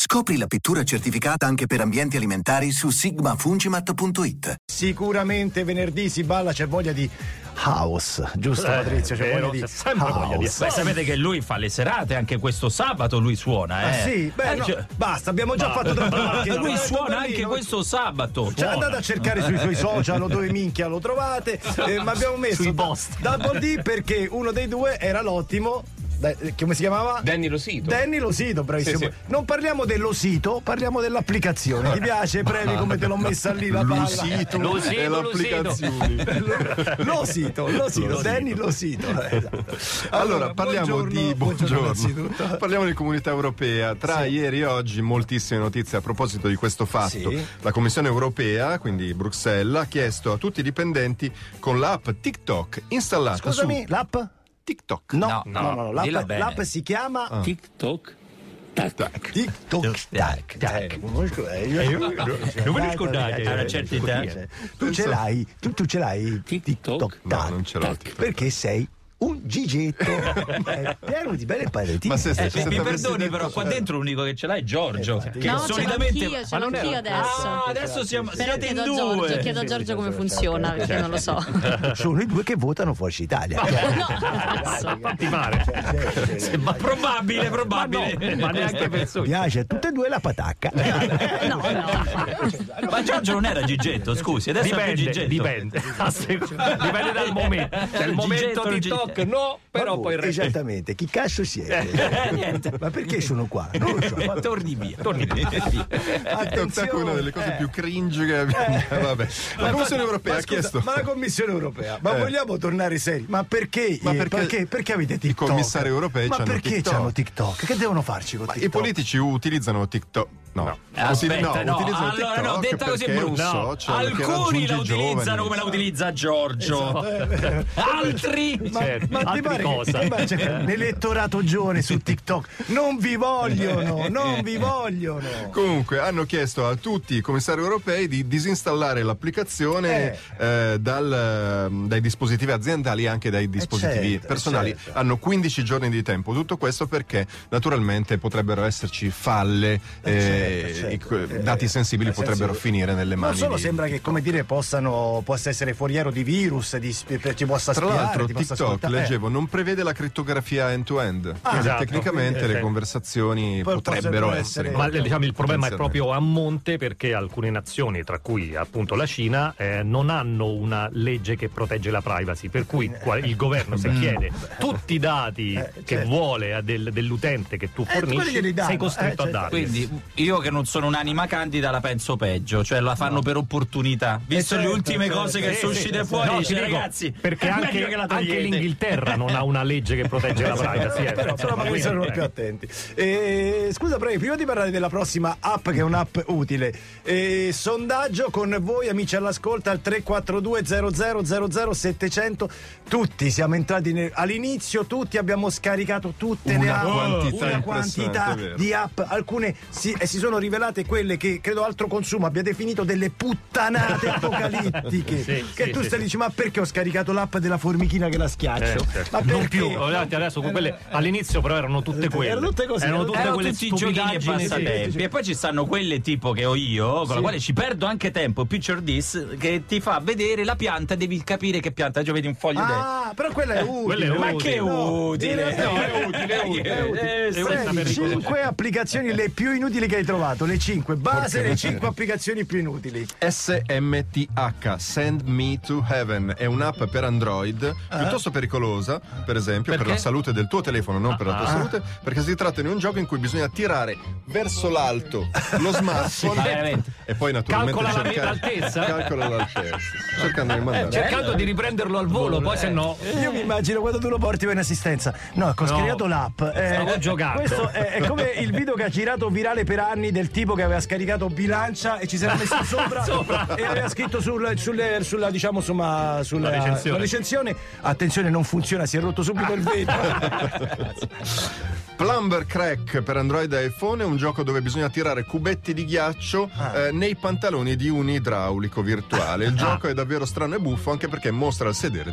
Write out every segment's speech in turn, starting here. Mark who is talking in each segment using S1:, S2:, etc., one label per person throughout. S1: Scopri la pittura certificata anche per ambienti alimentari su sigmafungimat.it.
S2: Sicuramente venerdì si balla, c'è voglia di house, giusto
S3: Eh,
S2: Patrizio? C'è
S3: vero,
S2: voglia di
S3: c'è sempre voglia di-
S2: house.
S3: Beh, sapete che lui fa le serate, anche questo sabato lui suona,
S2: Ah,
S3: eh.
S2: sì, beh,
S3: Eh,
S2: no,
S3: cioè-
S2: basta, abbiamo già fatto troppo
S3: Ma
S2: marketing.
S3: lui
S2: Guardate,
S3: suona
S2: Berlino.
S3: anche questo sabato.
S2: Cioè,
S3: suona.
S2: andate a cercare sui suoi social o dove minchia lo trovate. eh, ma abbiamo messo
S4: Sui post.
S2: Double D perché uno dei due era l'ottimo. dai, eh, Come si chiamava?
S5: Danny Rosito.
S2: Danny Losito, bravissimo.
S5: Sì, sì.
S2: Non parliamo dello sito, parliamo dell'applicazione. Ti piace, Previ, come te l'ho messa lì la palla?
S6: L'usito
S3: Lo sito,
S6: e
S3: lo
S6: l'applicazione.
S2: Losito, Losito,
S3: Losito.
S2: Danny Losito. eh, esatto.
S6: Allora, parliamo di buongiorno.
S2: innanzitutto.
S6: parliamo di comunità europea. Tra ieri e oggi moltissime notizie a proposito di questo fatto.
S2: Sì.
S6: La Commissione europea, quindi Bruxelles, ha chiesto a tutti i dipendenti con l'app TikTok installata
S2: Scusami,
S6: su
S2: l'app?
S6: TikTok.
S2: No, no,
S3: no,
S2: no, no, l'app,
S3: dilla bene. Ah.
S2: l'app si chiama
S5: TikTok. Tac.
S2: TikTok. Tac, tac. Eh, conosco- eh, io-
S3: non ve lo scordate,
S2: Eh,
S3: a una certa età.
S2: eh, Tu ce l'hai, tu, tu ce l'hai TikTok.
S6: No,
S2: Tac.
S6: non ce l'ho. TikTok.
S2: Perché sei un gigetto. Eh, Piero di belle paletine.
S6: Ma se, se,
S3: Eh,
S6: se
S3: mi
S6: avessi
S3: perdoni,
S6: detto-
S3: però, qua dentro l'unico che ce l'ha è Giorgio.
S2: Eh,
S3: Che
S7: No, ce l'ho
S3: solitamente.
S7: anch'io, ce
S3: Ma
S7: l'ho
S3: non era-
S7: anch'io adesso.
S3: Ah, adesso siamo.
S7: Però
S3: siete in
S7: chiedo a, Giorgio,
S3: due.
S7: chiedo a
S2: Sì, sì,
S7: Giorgio come
S2: certo,
S7: funziona,
S2: certo.
S7: perché non lo so.
S2: Sono i due che votano Forza Italia.
S7: adesso.
S2: Ti Cioè, pare.
S3: Ma probabile, probabile.
S2: cioè,
S5: Ma neanche per sogno.
S2: Piace a tutte e due la patacca.
S7: No, no.
S3: Ma Giorgio non era Gigetto, scusi, adesso è più
S5: Dipende,
S3: Gigetto.
S5: dipende. A seconda- dipende dal momento. Cioè, il
S3: Gigetto,
S5: momento di
S3: Gigetto.
S5: TikTok no, però
S2: Ma
S5: poi il
S2: voi,
S5: resto.
S2: Esattamente, chi cazzo siete?
S3: Eh, niente.
S2: Ma perché sono qua? Non lo so.
S3: Eh,
S2: vabbè.
S3: Torni via, torni via.
S6: Eh, TikTok è una delle cose
S2: eh.
S6: più cringe che abbiamo. Vabbè. La Commissione europea
S2: ma
S6: ha
S2: scusa,
S6: chiesto.
S2: Ma la Commissione europea, ma
S6: Eh.
S2: vogliamo tornare seri? Ma perché?
S6: Ma
S2: eh,
S6: perché-
S2: perché, perché avete TikTok?
S6: commissari europei
S2: ma
S6: c'hanno
S2: perché
S6: TikTok?
S2: c'hanno TikTok? Che devono farci con
S6: Ma
S2: TikTok?
S6: i politici utilizzano TikTok. No, Utili-
S3: Aspetta, no,
S6: utilizzano
S3: allora no,
S6: TikTok
S3: detta così è
S6: perché un
S3: brutta.
S6: social che
S3: Alcuni la
S6: raggiunge i
S3: utilizzano
S6: giovani.
S3: come la utilizza Giorgio. Altri
S2: Ma,
S5: Certo,
S2: ma ti
S5: altre
S2: pare che-
S5: cose. Eh.
S2: ma c'è l'elettorato giovane su TikTok non vi vogliono, non vi vogliono.
S6: Comunque hanno chiesto a tutti i commissari europei di disinstallare l'applicazione eh, dal, eh, dai dispositivi aziendali e anche dai dispositivi
S2: certo,
S6: personali.
S2: eh, certo.
S6: Hanno 15 giorni di tempo. Tutto questo perché naturalmente potrebbero esserci falle, eh,
S2: certo, certo.
S6: i que-
S2: Eh,
S6: dati sensibili
S2: eh,
S6: potrebbero
S2: sensibili.
S6: finire nelle
S2: Non
S6: mani.
S2: solo
S6: di-
S2: sembra che, come dire, possano, possa essere foriero di virus, di, spi- ci possa
S6: Tra
S2: spiare,
S6: l'altro,
S2: ti possa
S6: TikTok,
S2: ascoltare. Eh.
S6: leggevo, non prevede la crittografia end-to-end. quindi
S5: esatto.
S6: tecnicamente
S5: Quindi,
S6: le
S5: eh,
S6: conversazioni
S2: poi
S6: potrebbero
S2: potrebbero
S6: essere.
S2: essere-
S5: Ma eh, diciamo, il problema è proprio a monte perché alcune nazioni, tra cui appunto la Cina, eh, non hanno una legge che protegge la privacy, per cui qua- il governo se chiede tutti i dati
S2: mm. certo. Eh,
S5: che
S2: certo.
S5: vuole a del- dell'utente che tu
S2: Eh, quelli
S5: fornisci,
S2: glieli danno,
S5: sei costretto
S2: eh,
S5: a
S2: certo.
S5: darli.
S3: Quindi io che non sono un'anima candida la penso peggio, cioè la fanno per opportunità. Visto
S2: certo,
S3: le ultime
S2: certo. Sì,
S3: cose che sono
S5: Eh, sì,
S3: uscite
S5: sì, sì.
S3: fuori,
S5: No, ti
S3: dice,
S5: dico,
S3: ragazzi,
S5: perché
S3: è meglio
S5: anche,
S3: che la
S5: anche
S3: togliete.
S5: l'Inghilterra non ha una legge che protegge la privacy. eh.
S2: però, però
S5: Ma
S2: magari
S5: quindi,
S2: sono
S5: eh,
S2: più attenti. Eh, scusa, Previ, prima di parlare della prossima app, che è un'app utile, eh, sondaggio con voi, amici all'ascolto, al 342 00 700 Tutti siamo entrati nel- all'inizio, tutti abbiamo scaricato tutte le
S6: Una
S2: app,
S6: quantità
S2: una
S6: impressionante,
S2: quantità
S6: è vero.
S2: di app. Alcune si, eh, si sono rivelate quelle che credo altro consumo abbia definito delle puttanate apocalittiche.
S5: Sì,
S2: che
S5: sì,
S2: tu
S5: sì,
S2: stai
S5: sì.
S2: dici, ma perché ho scaricato l'app della formichina che la schiaccio?
S5: Eh, certo.
S2: Ma
S5: non
S2: perché?
S5: più, guardate, adesso con quelle, all'inizio però erano tutte
S2: Erano
S5: quelle.
S2: tutte così,
S5: erano
S2: erano
S5: tutte
S3: Erano
S5: quelle
S3: tutti i giochini e
S5: stupidaggini, sì.
S3: passatempi. E poi ci stanno quelle tipo che ho io, con la quale ci perdo anche tempo, Picture This, che ti fa vedere la pianta e devi capire che pianta. Già vedi un foglio dentro.
S2: Ah, però quella è utile.
S5: Eh, quella è Eh,
S3: Ma che
S2: No, Eh,
S3: utile!
S2: no,
S3: è utile,
S2: è utile.
S3: Eh,
S2: Previ,
S5: questa per ricordo.
S2: cinque applicazioni le più inutili che hai trovato, le 5, base le 5 applicazioni più inutili.
S6: SMTH, Send Me to Heaven, è un'app per Android
S5: Eh?
S6: piuttosto pericolosa, per esempio, per
S3: Perché?
S6: la salute del tuo telefono, non per la tua
S5: Ah.
S6: salute, perché si tratta di un gioco in cui bisogna tirare verso l'alto lo
S3: Ma
S6: smartphone
S3: veramente.
S6: e poi naturalmente
S5: Calcola la- Eh,
S6: cercare
S5: l'altezza?
S6: calcola l'altezza, cercando di mandare.
S5: Cercando di riprenderlo al volo, poi se no
S2: io mi immagino quando tu lo porti poi in assistenza. No, ho
S5: Eh. No.
S2: scaricato l'app. eh,
S5: Stavo giocando.
S2: Questo è, è come il video che ha girato virale per anni del tipo che aveva scaricato bilancia e ci si era messo sopra,
S5: Sopra.
S2: e aveva scritto sul- sulle- sulla, diciamo, insomma, sulla
S5: La recensione.
S2: la recensione, Attenzione, non funziona, si è rotto subito il vetro.
S6: Plumber Crack per Android e iPhone è un gioco dove bisogna tirare cubetti di ghiaccio eh, nei pantaloni di un idraulico virtuale. Il gioco è davvero strano e buffo anche perché mostra il sedere
S2: Ah,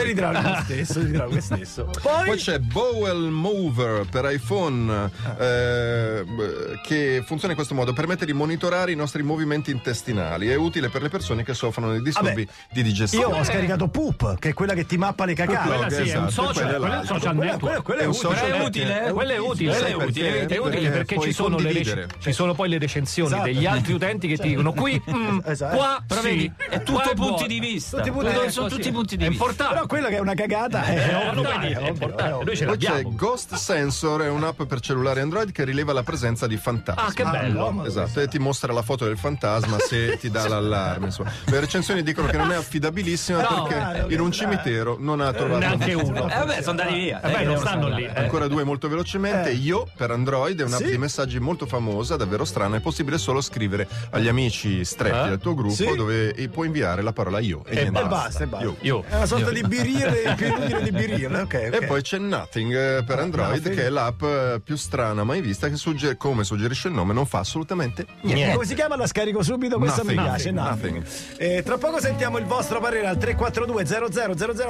S2: Dell'idraulico stesso, dell'idraulico stesso.
S6: Poi c'è Bowel Mover per iPhone eh, b- che funziona in questo modo, permette di monitorare i nostri movimenti intestinali, è utile per le persone che soffrono di disturbi di digestione.
S2: Io ho scaricato Poop, che è quella che ti mappa le cacate.
S5: Quella sì, è un
S6: Esatto,
S5: social,
S6: quella è
S5: quello è un
S6: l'altro.
S5: social
S2: eh, Quella-
S5: network.
S2: quella- quella è utile.
S5: un social
S3: Quella è
S5: network.
S3: utile, eh?
S5: Quella è utile,
S6: Sai
S5: quella è utile,
S6: perché?
S5: è utile
S6: Perché
S5: perché ci
S6: puoi
S5: sono, le
S6: condividere.
S5: rec- ci sono poi le recensioni
S2: Esatto.
S5: degli altri utenti che ti dicono qui, mm,
S2: Esatto.
S5: qua,
S3: Però
S5: sì,
S3: vedi, è tutto
S5: qua
S3: punti
S5: buono.
S3: di vista.
S2: Tutti i punti di
S3: Eh,
S2: vista.
S3: sono tutti i punti di
S5: È
S3: vista.
S5: importante.
S2: Però quella che è una cagata è,
S5: È
S2: ovvio, è
S5: importante, Eh, è eh,
S2: ovvio, è
S5: importante.
S2: ovvio.
S5: Noi ce
S6: Poi c'è
S5: l'abbiamo.
S6: Ghost Sensor, è un'app per cellulare Android che rileva la presenza di fantasmi.
S5: Ah, che
S2: Ah,
S5: bello.
S2: no, ma-
S6: Esatto, e ti mostra la foto del fantasma se ti dà l'allarme. insomma. Le recensioni dicono che non è affidabilissima
S5: No,
S6: perché
S2: no, eh. no,
S6: in un
S2: no.
S6: cimitero non ha trovato
S5: Neanche uno.
S3: Eh, vabbè, sono andati via.
S5: Vabbè,
S3: Eh,
S5: non stanno lì. eh.
S6: Ancora due molto velocemente.
S2: Eh.
S6: Io per Android è un'app
S2: Sì.
S6: di messaggi molto famosa, davvero strana. È possibile solo scrivere agli amici stretti
S5: Eh?
S6: del tuo gruppo
S2: Sì.
S6: dove e puoi inviare la parola io e, niente
S2: E basta, e basta.
S6: Io.
S5: Io.
S2: È una sorta di birile, più inutile di birile. Ok, ok. Ah,
S6: E poi c'è Nothing eh, per Android,
S2: Nothing.
S6: che è l'app eh, più strana mai vista, che sugge- come suggerisce il nome, non fa assolutamente niente.
S2: Come si chiama? La scarico subito, questa mi
S6: Nothing,
S2: piace.
S6: nothing,
S2: Nothing. Eh, tra poco sentiamo il vostro parere al 342 00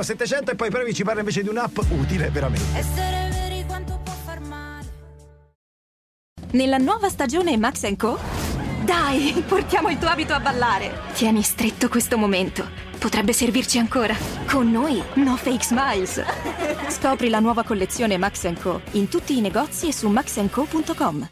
S2: 700 e poi Previ ci parla invece di un'app utile veramente.
S4: Essere veri quanto può far male.
S8: Nella nuova stagione Max Co? Dai, portiamo il tuo abito a ballare. Tieni stretto questo momento. Potrebbe servirci ancora. Con noi, no fake smiles. Scopri la nuova collezione Max Co in tutti i negozi e su maxenco.com.